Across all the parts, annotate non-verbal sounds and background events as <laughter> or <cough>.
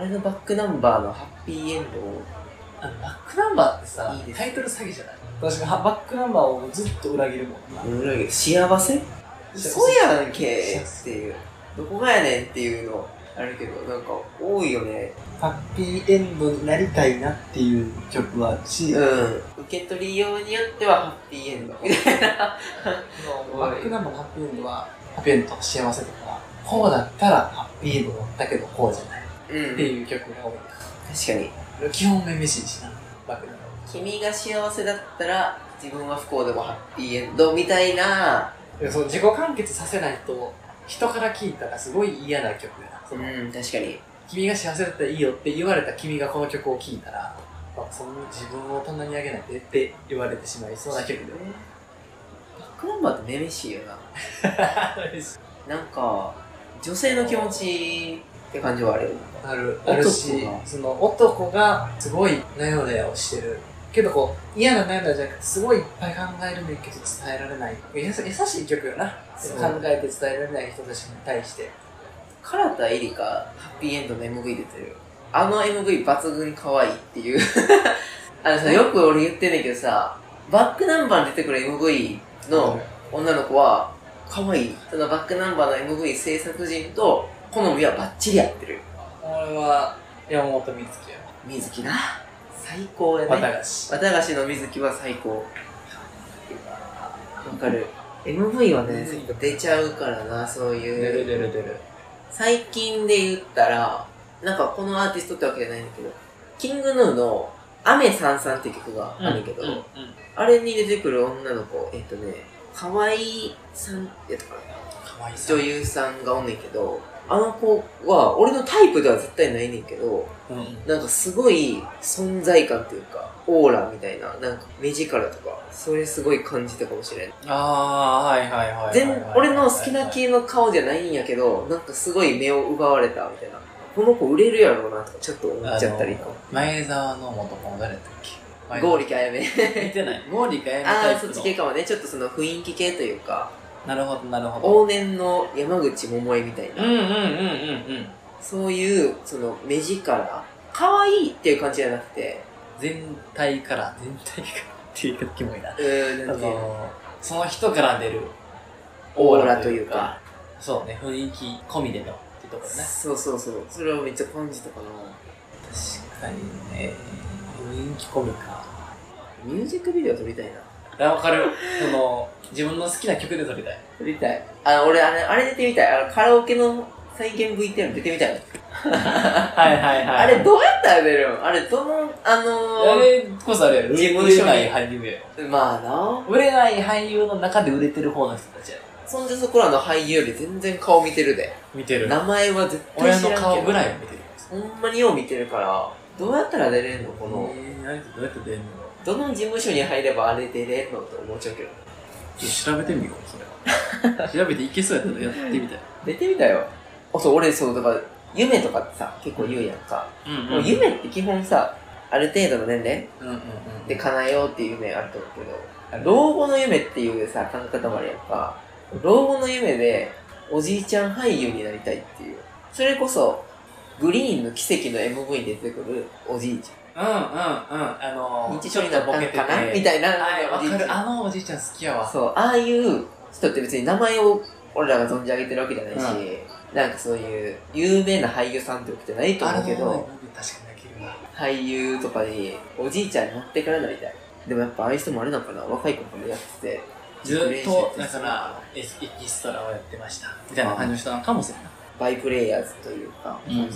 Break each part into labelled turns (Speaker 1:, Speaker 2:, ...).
Speaker 1: れのバックナンバーのハッピーエンド
Speaker 2: あのバックナンバーってさ
Speaker 1: いいです
Speaker 2: タイトル詐欺じゃない私がバックナンバーをずっと裏切るもんな、
Speaker 1: を、うん、幸せそうやんけっていう、どこがやねんっていうのあるけど、なんか多いよね。
Speaker 2: ハッピーエンドになりたいなっていう曲はし、
Speaker 1: うん。受け取りようによってはハッピーエンドみたいな。
Speaker 2: バックナンバーのハッピーエンドはハッピーエンドとか幸せとかこうだったらハッピーエンドだったけどこうじゃない
Speaker 1: うん。
Speaker 2: っていう曲が多い
Speaker 1: 確かに。
Speaker 2: です基本めめしいしなバックナンバー
Speaker 1: 君が幸せだったら、自分は不幸でもハッピーエンドみたいな。
Speaker 2: でもその自己完結させないと人から聞いたらすごい嫌な曲だなその、
Speaker 1: ん、確かに。
Speaker 2: 君が幸せだったらいいよって言われた君がこの曲を聴いたら、あその自分を棚にあげないでって言われてしまいそうな曲で
Speaker 1: バックナンバーってめめしいよ <laughs> な。なんか、女性の気持ちって感じはあるよね。
Speaker 2: あるあるし
Speaker 1: 男が
Speaker 2: その男がすごいなよなよしてるけどこう嫌ななよなよじゃなくてすごいいっぱい考えるねんけど伝えられない優優しい曲よな
Speaker 1: そう
Speaker 2: 考えて伝えられない人たちに対して
Speaker 1: 唐田絵里香、ハッピーエンドの MV 出てる。あの MV 抜群に可愛いっていう。 <laughs> あのさ、よく俺言ってんねんけどさ、バックナンバーに出てくる MV の女の子は、可愛い。そのバックナンバーの MV 制作人と、好みはバッチリ合ってる。
Speaker 2: 俺は山本美月や
Speaker 1: 水木な。最高やね。
Speaker 2: 綿菓子
Speaker 1: 綿菓子の水木は最高。わかる。MV はね、
Speaker 2: うん
Speaker 1: 出ちゃうからな、そういう。
Speaker 2: 出る出る出る
Speaker 1: 最近で言ったら、なんかこのアーティストってわけじゃないんだけど、キングヌーの雨さんさんって曲があるけど、
Speaker 2: うんうん
Speaker 1: あれに出てくる女の子、えっとね、河合さんやったかな
Speaker 2: かわいそ
Speaker 1: 女
Speaker 2: う、
Speaker 1: 優さんがおんねんけど、あの子は俺のタイプでは絶対ないねんけど、
Speaker 2: うん
Speaker 1: なんかすごい存在感っていうか、オーラみたいな、なんか目力とか、それすごい感じたかもしれん。
Speaker 2: ああーはいはいはいはい
Speaker 1: 全俺の好きな
Speaker 2: 系
Speaker 1: 系の顔じゃないんやけどなんかすごい目を奪われたみたいなこの子売れるやろうなとかちょっと思っちゃったり
Speaker 2: 前澤の元カノ誰だったっけ
Speaker 1: ゴー
Speaker 2: リ
Speaker 1: リキあやめ
Speaker 2: 見てないゴーリかやめ
Speaker 1: あ
Speaker 2: タ
Speaker 1: あ
Speaker 2: イ
Speaker 1: そ
Speaker 2: プ
Speaker 1: っ
Speaker 2: の
Speaker 1: ち系かもねちょっとその雰囲気系というか
Speaker 2: なるほどなるほど
Speaker 1: 往年の山口百恵みたいな、
Speaker 2: うんうんうんうんうん
Speaker 1: そういうその目力可愛いっていう感じじゃなくて
Speaker 2: 全体から全体からっていうかキモい <laughs> な
Speaker 1: うーん
Speaker 2: あ
Speaker 1: なんていうの
Speaker 2: のその人から出る
Speaker 1: オーラというか
Speaker 2: そうね雰囲気込みでのってところね
Speaker 1: そうそうそうそれをめっちゃ感じたかな
Speaker 2: 確かにね雰囲気込みか
Speaker 1: ミュージックビデオ撮りたいな
Speaker 2: あわかるその自分の好きな曲で撮りたい
Speaker 1: 撮りたいあ俺あれあれ出てみたいあのカラオケの再現 VTR 出てみたい
Speaker 2: はいはいはい
Speaker 1: あれどうやったら出るんあれどの、あ
Speaker 2: あ
Speaker 1: の
Speaker 2: れこそあれやろ
Speaker 1: 事務所
Speaker 2: 売
Speaker 1: に
Speaker 2: れない俳優やろ
Speaker 1: ー、まあな。
Speaker 2: 売れない俳優の中で売れてる方の人たちやろ
Speaker 1: そんじゃそこらの俳優より全然顔見てるで。
Speaker 2: 見てる
Speaker 1: 名前は絶対
Speaker 2: 親
Speaker 1: 知らん
Speaker 2: の
Speaker 1: けど。
Speaker 2: 顔ぐらいを見てる
Speaker 1: ほんまによう見てるから、どうやったら出れんのこ
Speaker 2: こ
Speaker 1: の
Speaker 2: の、あいつどうやって出んの
Speaker 1: どの事務所に入ればあれ出れんのって思っちゃうけど。
Speaker 2: 調べてみようそれ <laughs> は調べていけそうやったらやってみたい
Speaker 1: 出てみたよ。あ、そう、俺そう、だから、夢とかってさ、結構言うやんか。
Speaker 2: うん
Speaker 1: もう夢って基本さ、ある程度の年齢
Speaker 2: うんうんうん
Speaker 1: で叶えようっていう夢あると思うけど、
Speaker 2: あの
Speaker 1: 老後の夢っていうさ考え方もあるやんか老後の夢でおじいちゃん俳優になりたいっていうそれこそグリーンの奇跡の MV に出てくるおじいち
Speaker 2: うんうんうんあ
Speaker 1: ゃん
Speaker 2: の
Speaker 1: 日常になったんかなみ
Speaker 2: い
Speaker 1: たいな
Speaker 2: わ
Speaker 1: おじい
Speaker 2: か
Speaker 1: ち
Speaker 2: る
Speaker 1: ゃん
Speaker 2: あのおじいちゃん好きやわ
Speaker 1: そうああいう人って別に名前を俺らが存じ上げてるわけじゃないし、なんかそういう有名な俳優さんってわけじゃないと
Speaker 2: あ
Speaker 1: 思うけ
Speaker 2: れ
Speaker 1: ど、
Speaker 2: も確かに泣けるわ
Speaker 1: 俳優とかにおじいちゃんになってからなりたいでもやっぱああいう人もあれなのかな若い子からやってて
Speaker 2: ず
Speaker 1: 練習して
Speaker 2: っとだからエスエキストラをやってましたみたいな感じの人なのかもしれない
Speaker 1: バイプレイヤーズというか、
Speaker 2: うん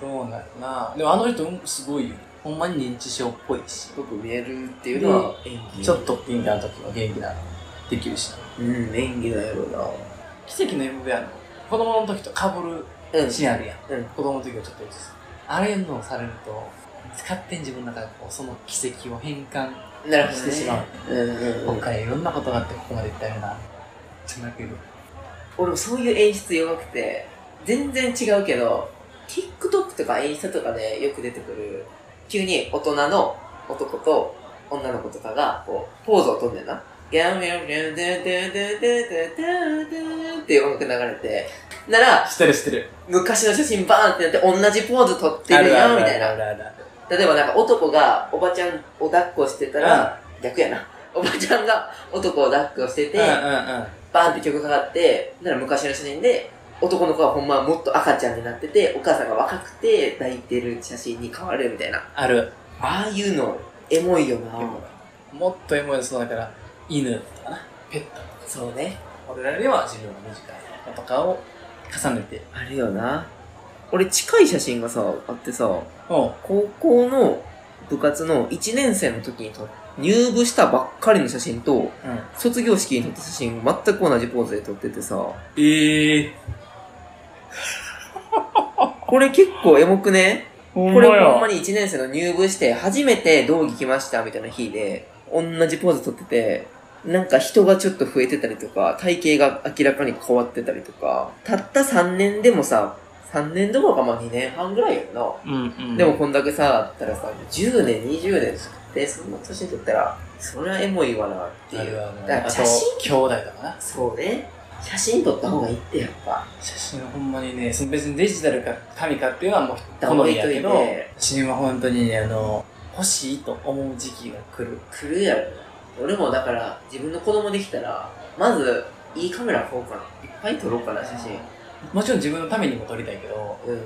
Speaker 2: そうなんやなでもあの人うんすごいよほんまに認知症っぽいし
Speaker 1: 僕見えるっていうのは演技
Speaker 2: ちょっとピンクな時は元気なできるしな
Speaker 1: うん演技だよ
Speaker 2: 奇跡の MV あるの子供の時とかぶる
Speaker 1: なうん
Speaker 2: シーンあるやん、
Speaker 1: うん
Speaker 2: 子供の時はちょっと映すあれのをされると使ってん自分の中でこうその奇跡を変換
Speaker 1: なるほどね
Speaker 2: してしまう、
Speaker 1: うんうんうん
Speaker 2: 今回いろんなことがあってここまでいったよなじゃなけど
Speaker 1: 俺もそういう演出弱くて全然違うけど TikTok とかインスタとかでよく出てくる急に大人の男と女の子とかがこうポーズをとんねんなギャンギャンギャンギャンギャンギャンギャンギャンギャンギャンっていう音楽流れてなら、
Speaker 2: 知ってる知ってる。
Speaker 1: 昔の写真バーンってなって、同じポーズ撮ってるやん、みたいな。
Speaker 2: あるあるある
Speaker 1: 例えばなんか男がおばちゃんを抱っこしてたら、逆やな。おばちゃんが男を抱っこしてて、
Speaker 2: うんうんうん。
Speaker 1: バーンって曲かかって、なら昔の写真で、男の子はほんまはもっと赤ちゃんになってて、お母さんが若くて抱いてる写真に変わるみたいな。
Speaker 2: ある。
Speaker 1: ああいうの、エモいよな。
Speaker 2: もっとエモいそうだから、犬とかな。ペットとか。
Speaker 1: そうね。
Speaker 2: 俺らよりは自分の短いのとかを重ねて。
Speaker 1: あるよな。俺近い写真がさ、あってさ、
Speaker 2: おう
Speaker 1: 高校の部活の1年生の時に撮っ入部したばっかりの写真と、
Speaker 2: うん。
Speaker 1: 卒業式に撮った写真全く同じポーズで撮っててさ、
Speaker 2: ええ
Speaker 1: これ結構エモくね
Speaker 2: ほ
Speaker 1: これほんまに1年生の入部して初めて道着来ましたみたいな日で、同じポーズ撮ってて、なんか人がちょっと増えてたりとか、体型が明らかに変わってたりとか、たった3年でもさ、3年どころかまあ2年半ぐらいやんな。
Speaker 2: うんうん。
Speaker 1: でも、こんだけさ、あったらさ、10年、20年撮って、そんな年撮ったら、そりゃエモいわなって
Speaker 2: あ
Speaker 1: い
Speaker 2: る
Speaker 1: う。
Speaker 2: ある
Speaker 1: だから写真
Speaker 2: あと兄弟とかな。
Speaker 1: そうね。写真撮った方がいいってやっぱ。
Speaker 2: 写真はほんまにね、その別にデジタルか紙かっていうのはもう好
Speaker 1: 置い
Speaker 2: みや
Speaker 1: とい
Speaker 2: け
Speaker 1: て
Speaker 2: ど、写真は本当にねあの、欲しいと思う時期が来る。
Speaker 1: 来るやろな。俺もだから、自分の子供できたら、まず、いいカメラ買おうかな。いっぱい撮ろうかな、写真。
Speaker 2: もちろん自分のためにも撮りたいけど、
Speaker 1: うん。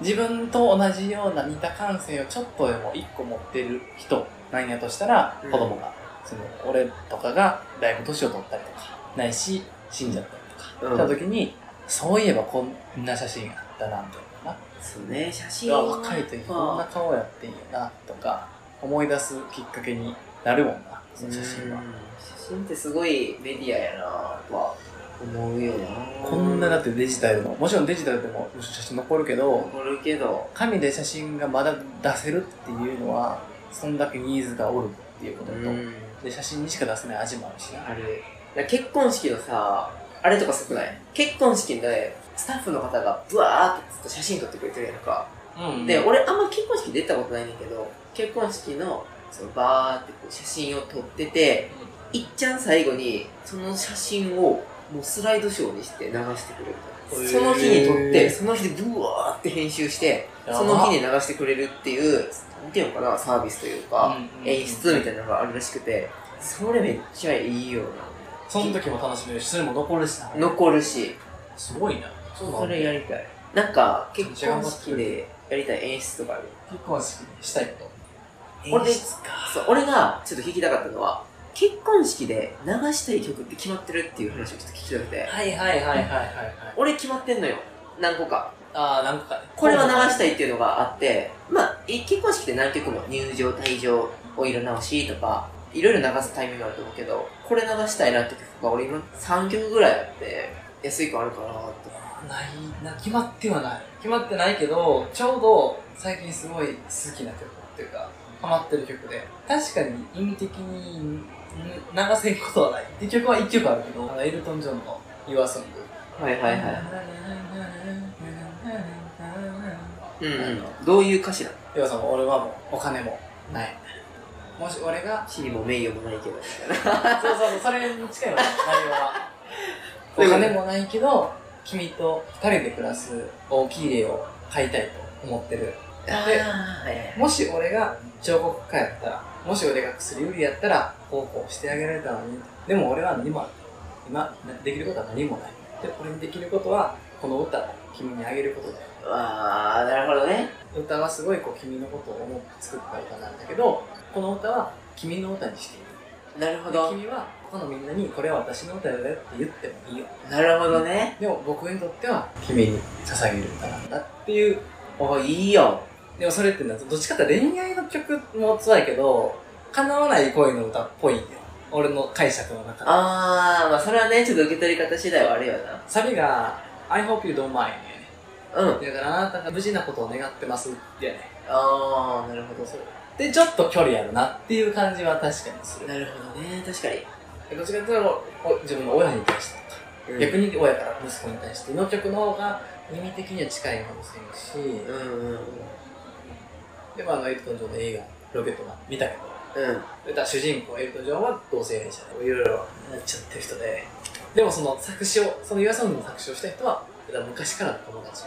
Speaker 2: 自分と同じような似た感性をちょっとでも一個持ってる人なんやとしたら、
Speaker 1: うん
Speaker 2: 子供が、その俺とかがだいぶ年を取ったりとか、ないし、死んじゃったりとか、
Speaker 1: うん
Speaker 2: した時に、そういえばこんな写真があったな、みたいな。
Speaker 1: そうね、写
Speaker 2: い
Speaker 1: 真
Speaker 2: や
Speaker 1: は
Speaker 2: 若い時こんな顔やってんやなとか思い出すきっかけになるもんなその写真
Speaker 1: う
Speaker 2: は
Speaker 1: ん写真ってすごいメディアやな、とは思うよな。
Speaker 2: こんなだってデジタルのもちろんデジタルでも写真残るけど
Speaker 1: 残るけど、
Speaker 2: 紙で写真がまだ出せるっていうのはそんだけニーズがおるっていうことと、
Speaker 1: うん。
Speaker 2: で写真にしか出せない味もあるしな
Speaker 1: ある。だから結婚式のさ、あれとか少ない結婚式で、スタッフの方がブワーってずっと写真撮ってくれてるやんか。で、俺あんま結婚式出たことないねんだけど、結婚式の、そのバーってこう写真を撮ってて、いっちゃん最後に、その写真を、もうスライドショーにして流してくれるみたいな。
Speaker 2: へー
Speaker 1: その日に撮って、その日でブワーって編集して、その日に流してくれるっていう、なんていうのかな、サービスというか、演出みた
Speaker 2: い
Speaker 1: な
Speaker 2: ない
Speaker 1: のがあるらしくて、それめっちゃいいよな。
Speaker 2: その時も楽しめるしそれも残るしな
Speaker 1: 残るし、
Speaker 2: すごいなそうな
Speaker 1: そ
Speaker 2: んだ
Speaker 1: れやりたい。なんか、結婚式でやりたい演出とかある。
Speaker 2: 結婚式にしたいこ
Speaker 1: 俺
Speaker 2: と演出か
Speaker 1: そう、俺がちょっと聞きたかったのは、結婚式で流したい曲って決まってるっていう話をちょっと聞きたくて、
Speaker 2: はいはいはいはいはいはい
Speaker 1: 俺決まってんのよ。何個か。
Speaker 2: ああ、なんかね。
Speaker 1: これは流したいっていうのがあって、まあ、い結婚式って何曲も入場、退場、お色直しとか、いろいろ流すタイミングがあると思うけど、これ流したいなって曲が俺今3曲ぐらいあって、安い子あるかなと
Speaker 2: ないな、決まってはない。決まってないけど、ちょうど最近すごい好きな曲っていうか、ハマってる曲で、確かに意味的にん流せることはない。で、曲は1曲あるけど、あのエルトン・ジョンの Your Song。
Speaker 1: はいはいはい。
Speaker 2: い
Speaker 1: うん
Speaker 2: うん
Speaker 1: うん。どういう歌詞なの
Speaker 2: Your Song、俺はもうお金もない。もし俺が、
Speaker 1: 地位も名誉もないけど、みたいな。
Speaker 2: そうそうそう、それに近い <laughs> わ、ね、内容は。お金もないけど、君と二人で暮らす大きい家を買いたいと思ってる。
Speaker 1: あーはい <laughs> はい
Speaker 2: もし俺が彫刻家やったら、もし俺が薬売りやったら、こうこうしてあげられたのに。でも俺は何も、今、できることは何もない。で、俺にできることは、この歌を君にあげることだよ。
Speaker 1: あー、なるほどね。
Speaker 2: 歌はすごいこう君のことを思って作った歌なんだけど、この歌は君の歌にしていい。
Speaker 1: なるほ
Speaker 2: で
Speaker 1: ど。
Speaker 2: 君は他のみんなにこれは私の歌だよって言ってもいいよ。
Speaker 1: なるほどね。
Speaker 2: でも僕にとっては君に捧げる歌なんだっていう
Speaker 1: おいいよ。
Speaker 2: でもそれってなどっちかって恋愛の曲もそうやけど叶わない恋の歌っぽいんよ俺の解釈の中で
Speaker 1: あー、まあそれはね、ちょっと受け取り方次第はあるよな。
Speaker 2: サビが「I hope you don't mind やね」
Speaker 1: うん。
Speaker 2: だからあなたが無事なことを願ってますってやね
Speaker 1: あー、なるほど。
Speaker 2: でちょっと距離あるなっていう感じは確かにする
Speaker 1: なるほどね、確かに。
Speaker 2: どっちかっていうとお自分の親に対してとか、逆
Speaker 1: に。
Speaker 2: に親から息子に対しての曲の方が意味的には近いかもしれんし、
Speaker 1: うんうんうん。うん。
Speaker 2: でもあのエルトン・ジョンの映画「ロケットマン」見たけど歌主人公エルトン・ジョンは同性愛者でいろいろなっちゃってる人ででもその作詞をその YOURSONG の作詞をした人はだから昔からの友達。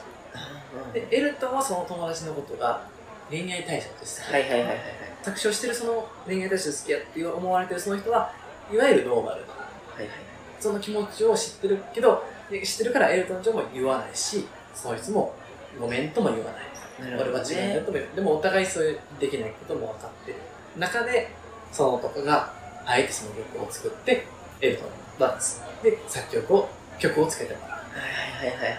Speaker 2: で、エルトンはその友達のことが恋愛対象として好き。
Speaker 1: はいはいはいはいはい。
Speaker 2: 作詞をしてるその恋愛対象好きやって思われてるその人は、いわゆるノーマルな。
Speaker 1: はいはい。
Speaker 2: その気持ちを知ってるけど、で知ってるからエルトン・ジョンも言わないし、その人もごめんとも言わない。
Speaker 1: な
Speaker 2: 俺は違うんだとも言う。でもお互いそういうできないことも分かってる。中で、その男が、あえてその曲を作って、エルトンダンス。で、作曲を、曲をつけてもら
Speaker 1: はいはいはいはい。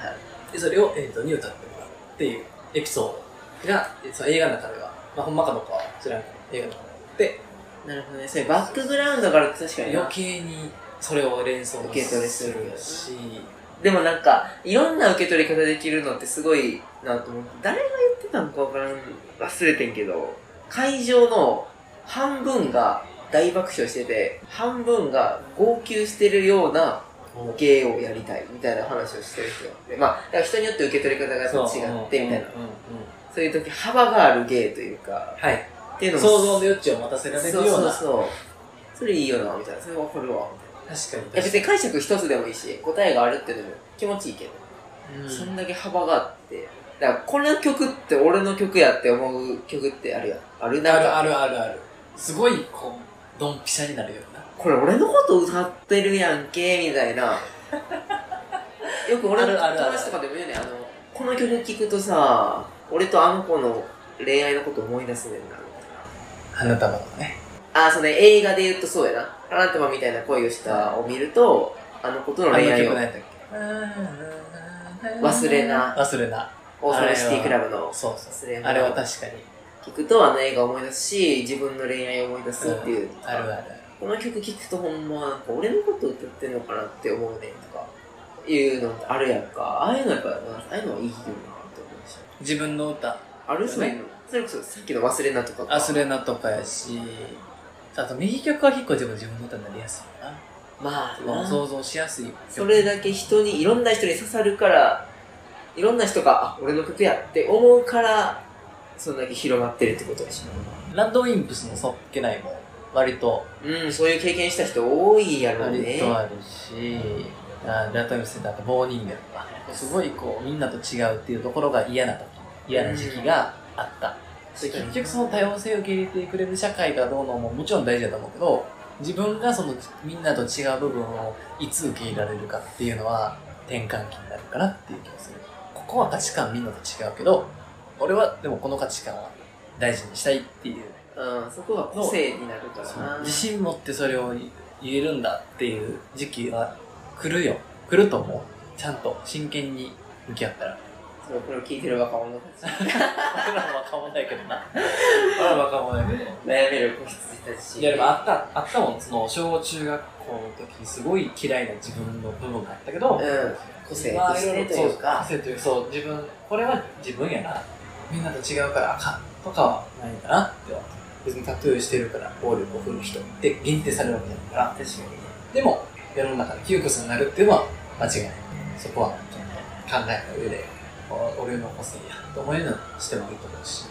Speaker 2: う。で、それをエルトンに歌ってもらうっていうエピソードが、その映画の中では、まあ、ほんまかどうかは知らんけど、映画の中でやって、
Speaker 1: なるほどね。それバックグラウンドから確かにな
Speaker 2: 余計にそれを連想
Speaker 1: 受け取れする
Speaker 2: し、
Speaker 1: でもなんか、いろんな受け取り方できるのってすごいなと思って、誰が言ってたのかわからん、忘れてんけど、会場の半分が大爆笑してて、半分が号泣してるような芸をやりたいみたいな話をしてる人がいて、まあ、だから人によって受け取り方が
Speaker 2: そ
Speaker 1: 違ってみた
Speaker 2: う
Speaker 1: いな
Speaker 2: う、んうんうん
Speaker 1: そういう時幅がある芸というか、
Speaker 2: はい。
Speaker 1: っていうの
Speaker 2: 想
Speaker 1: も
Speaker 2: 像の余地を持たせられるような。
Speaker 1: そうそうそう。それいいよな、みたいな。それわかるわ、みたいな。
Speaker 2: 確
Speaker 1: い
Speaker 2: か
Speaker 1: や
Speaker 2: に
Speaker 1: 別に解釈一つでもいいし答えがあるっていうのも気持ちいいけど、そんだけ幅があってだからこの曲って俺の曲やって思う曲ってあるやんあるな
Speaker 2: あ
Speaker 1: ん
Speaker 2: る
Speaker 1: か
Speaker 2: あるあるある。すごい、こう、ドンピシャになるような。
Speaker 1: これ俺のこと歌ってるやんけみたいなよく俺の
Speaker 2: あるあるある
Speaker 1: 友達とかでも言うねんあのこの曲聴くとさ俺とあの子の恋愛のこと思い出すねんな
Speaker 2: 花束のね。
Speaker 1: ああそうね映画で言うとそうやな「あなたはみたいな恋をした」を見るとあの子との恋愛を
Speaker 2: やったっけ
Speaker 1: 忘れな
Speaker 2: 忘れな。
Speaker 1: オーサムシティクラブの
Speaker 2: そうそ
Speaker 1: 忘れ
Speaker 2: う。
Speaker 1: な
Speaker 2: あれは確かに。
Speaker 1: 聞くとあの映画を思い出すし自分の恋愛を思い出すっていう、
Speaker 2: あるある
Speaker 1: この曲聴くとほんまなんか俺のこと歌ってんのかなって思うねんとかいうのってあるやんかああいうのやっぱああいうのはいいよなって思うし
Speaker 2: 自分の歌、
Speaker 1: あるそ
Speaker 2: そうう
Speaker 1: い
Speaker 2: いうう
Speaker 1: のそれこそさっきの「忘れな」とか
Speaker 2: 忘れなとかやし、あと右曲は結構でも自分の歌になりやすいよ
Speaker 1: まあ
Speaker 2: な。
Speaker 1: なそ
Speaker 2: 想像しやすい曲。
Speaker 1: れだけ人にいろんな人に刺さるからいろんな人があ俺の曲やって思うからそんだけ広まってるってことでし
Speaker 2: ランドウィンプスのそっけないも、割と、
Speaker 1: ょうんそういう経験した人多いやろう
Speaker 2: 割
Speaker 1: ね
Speaker 2: とあるし、あラトミスだと棒人間とか、すごいこう、みんなと違うっていうところが嫌な時、嫌な時期があった。で
Speaker 1: 確かに
Speaker 2: 結局その多様性を受け入れてくれる社会がどうのももちろん大事だと思うけど、自分がそのみんなと違う部分をいつ受け入れられるかっていうのは転換期になるかなっていう気がする。ここは価値観みんなと違うけど、俺はでもこの価値観は大事にしたいっていう
Speaker 1: うんそこが個性になるから
Speaker 2: そう
Speaker 1: な
Speaker 2: 自信持ってそれを言えるんだっていう時期は来るよ来ると思うちゃんと真剣に向き合ったら
Speaker 1: そうこれを聞いてる若者たち
Speaker 2: 俺らは若者やけどな俺らは若者やけど
Speaker 1: 悩める子羊たち
Speaker 2: いやでもあったあったもんその小中学校の時すごい嫌いな自分の部分があったけど、
Speaker 1: うん個性としてという
Speaker 2: まあ
Speaker 1: か
Speaker 2: ろろそう個性というそう自分これは自分やなみんなと違うからあかんとかはないかなっては別にタトゥーしてるから暴力を振る人って限定されるわけじゃないから
Speaker 1: 確かにね
Speaker 2: でも、世の中で窮屈になるっていうのは間違いない。そこは、ちゃんと考えた上で、お俺の個性やと思えるのにしてもいいと思うし、